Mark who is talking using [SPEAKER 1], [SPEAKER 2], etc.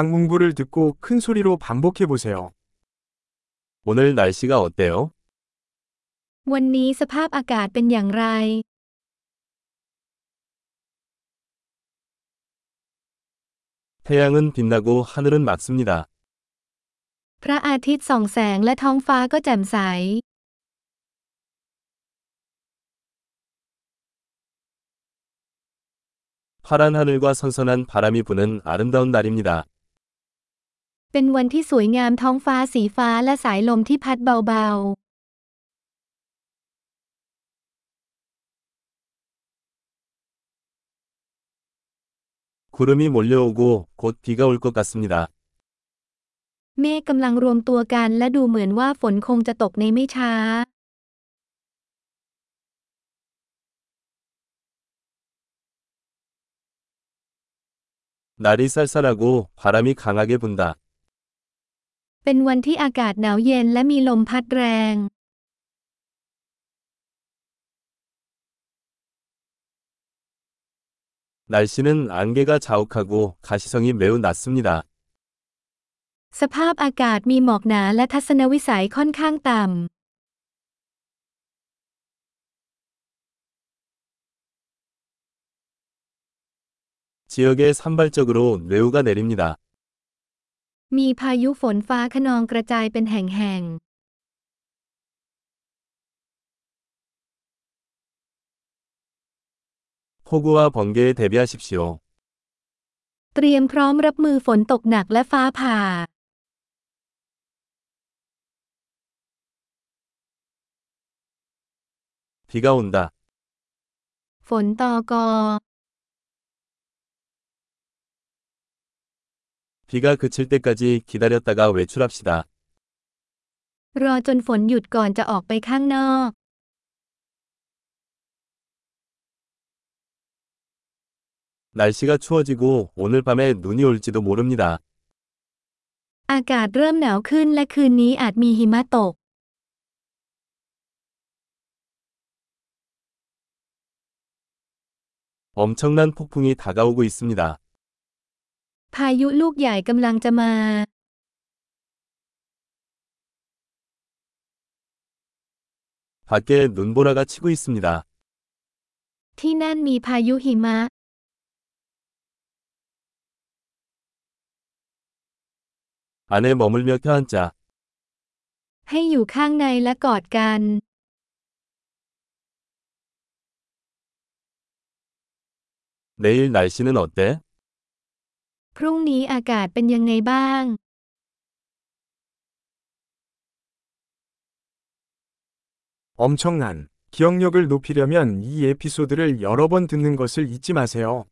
[SPEAKER 1] 강문부를 듣고 큰 소리로 반복해 보세요.
[SPEAKER 2] 오늘 날씨가 어때요?
[SPEAKER 3] วันนี้สภาพอากาศเป็นอย่างไร
[SPEAKER 2] 태양은 빛나고 하늘은 맑습니다.
[SPEAKER 3] พระอาทิตย์ส่องแสงและท้องฟ้าก็แจ่มใส
[SPEAKER 2] 파란 하늘과 선선한 바람이 부는 아름다운 날입니다.
[SPEAKER 3] เป็นวันที่สวยงามท้องฟ้าสีฟ้าและสายลมที่พัดเบา
[SPEAKER 2] 구름이 몰려오고 곧 비가 올 것 같습니다.
[SPEAKER 3] ๆ เมฆกำลังรวมตัวกันและดูเหมือนว่าฝนคงจะตกในไม่ช้า
[SPEAKER 2] 날이 쌀쌀하고 바람이 강하게 분다.
[SPEAKER 3] เป็นวันที่อากาศหนาวเย็นและมีลมพัดแรง
[SPEAKER 2] 날씨는 안개가 자욱하고 가시성이 매우 낮습니다.
[SPEAKER 3] สภาพอากาศมีหมอกหนาและทัศนวิสัยค่อนข้างต่ำ
[SPEAKER 2] 지역에 산발적으로 뇌우가 내립니다.
[SPEAKER 3] มีพายุฝนฟ้าคะนองกระจายเป็นแห่งๆ
[SPEAKER 2] 폭우와 번개에 대비하십시오.
[SPEAKER 3] เตรียมพร้อมรับมือฝนตกหนักและฟ้าผ่า
[SPEAKER 2] 비가 온다.
[SPEAKER 3] ฝนตอกอ
[SPEAKER 2] 비가 그칠 때까지 기다렸다가 외출합시다.
[SPEAKER 3] รอจนฝนหยุดก่อนจะออกไปข้างนอก
[SPEAKER 2] 날씨가 추워지고 오늘 밤에 눈이 올지도 모릅니다.
[SPEAKER 3] อากาศเริ่มหนาวขึ้นและคืนนี้อาจมีหิมะตก
[SPEAKER 2] 엄청난 폭풍이 다가오고 있습니다.
[SPEAKER 3] พายุลูกใหญ่กำลังจะมา
[SPEAKER 2] 밖에 눈보라가 치고 있습니다.
[SPEAKER 3] ที่นั่นมีพายุหิมะ
[SPEAKER 2] 안에 머물며 껴앉자.
[SPEAKER 3] ให้อยู่ข้างในและกอดกัน
[SPEAKER 2] 내일 날씨는 어때?
[SPEAKER 3] พรุ่งนี้อากาศเป็นยังไงบ้าง
[SPEAKER 1] 엄청난 기억력을 높이려면 이 에피소드를 여러 번 듣는 것을 잊지 마세요.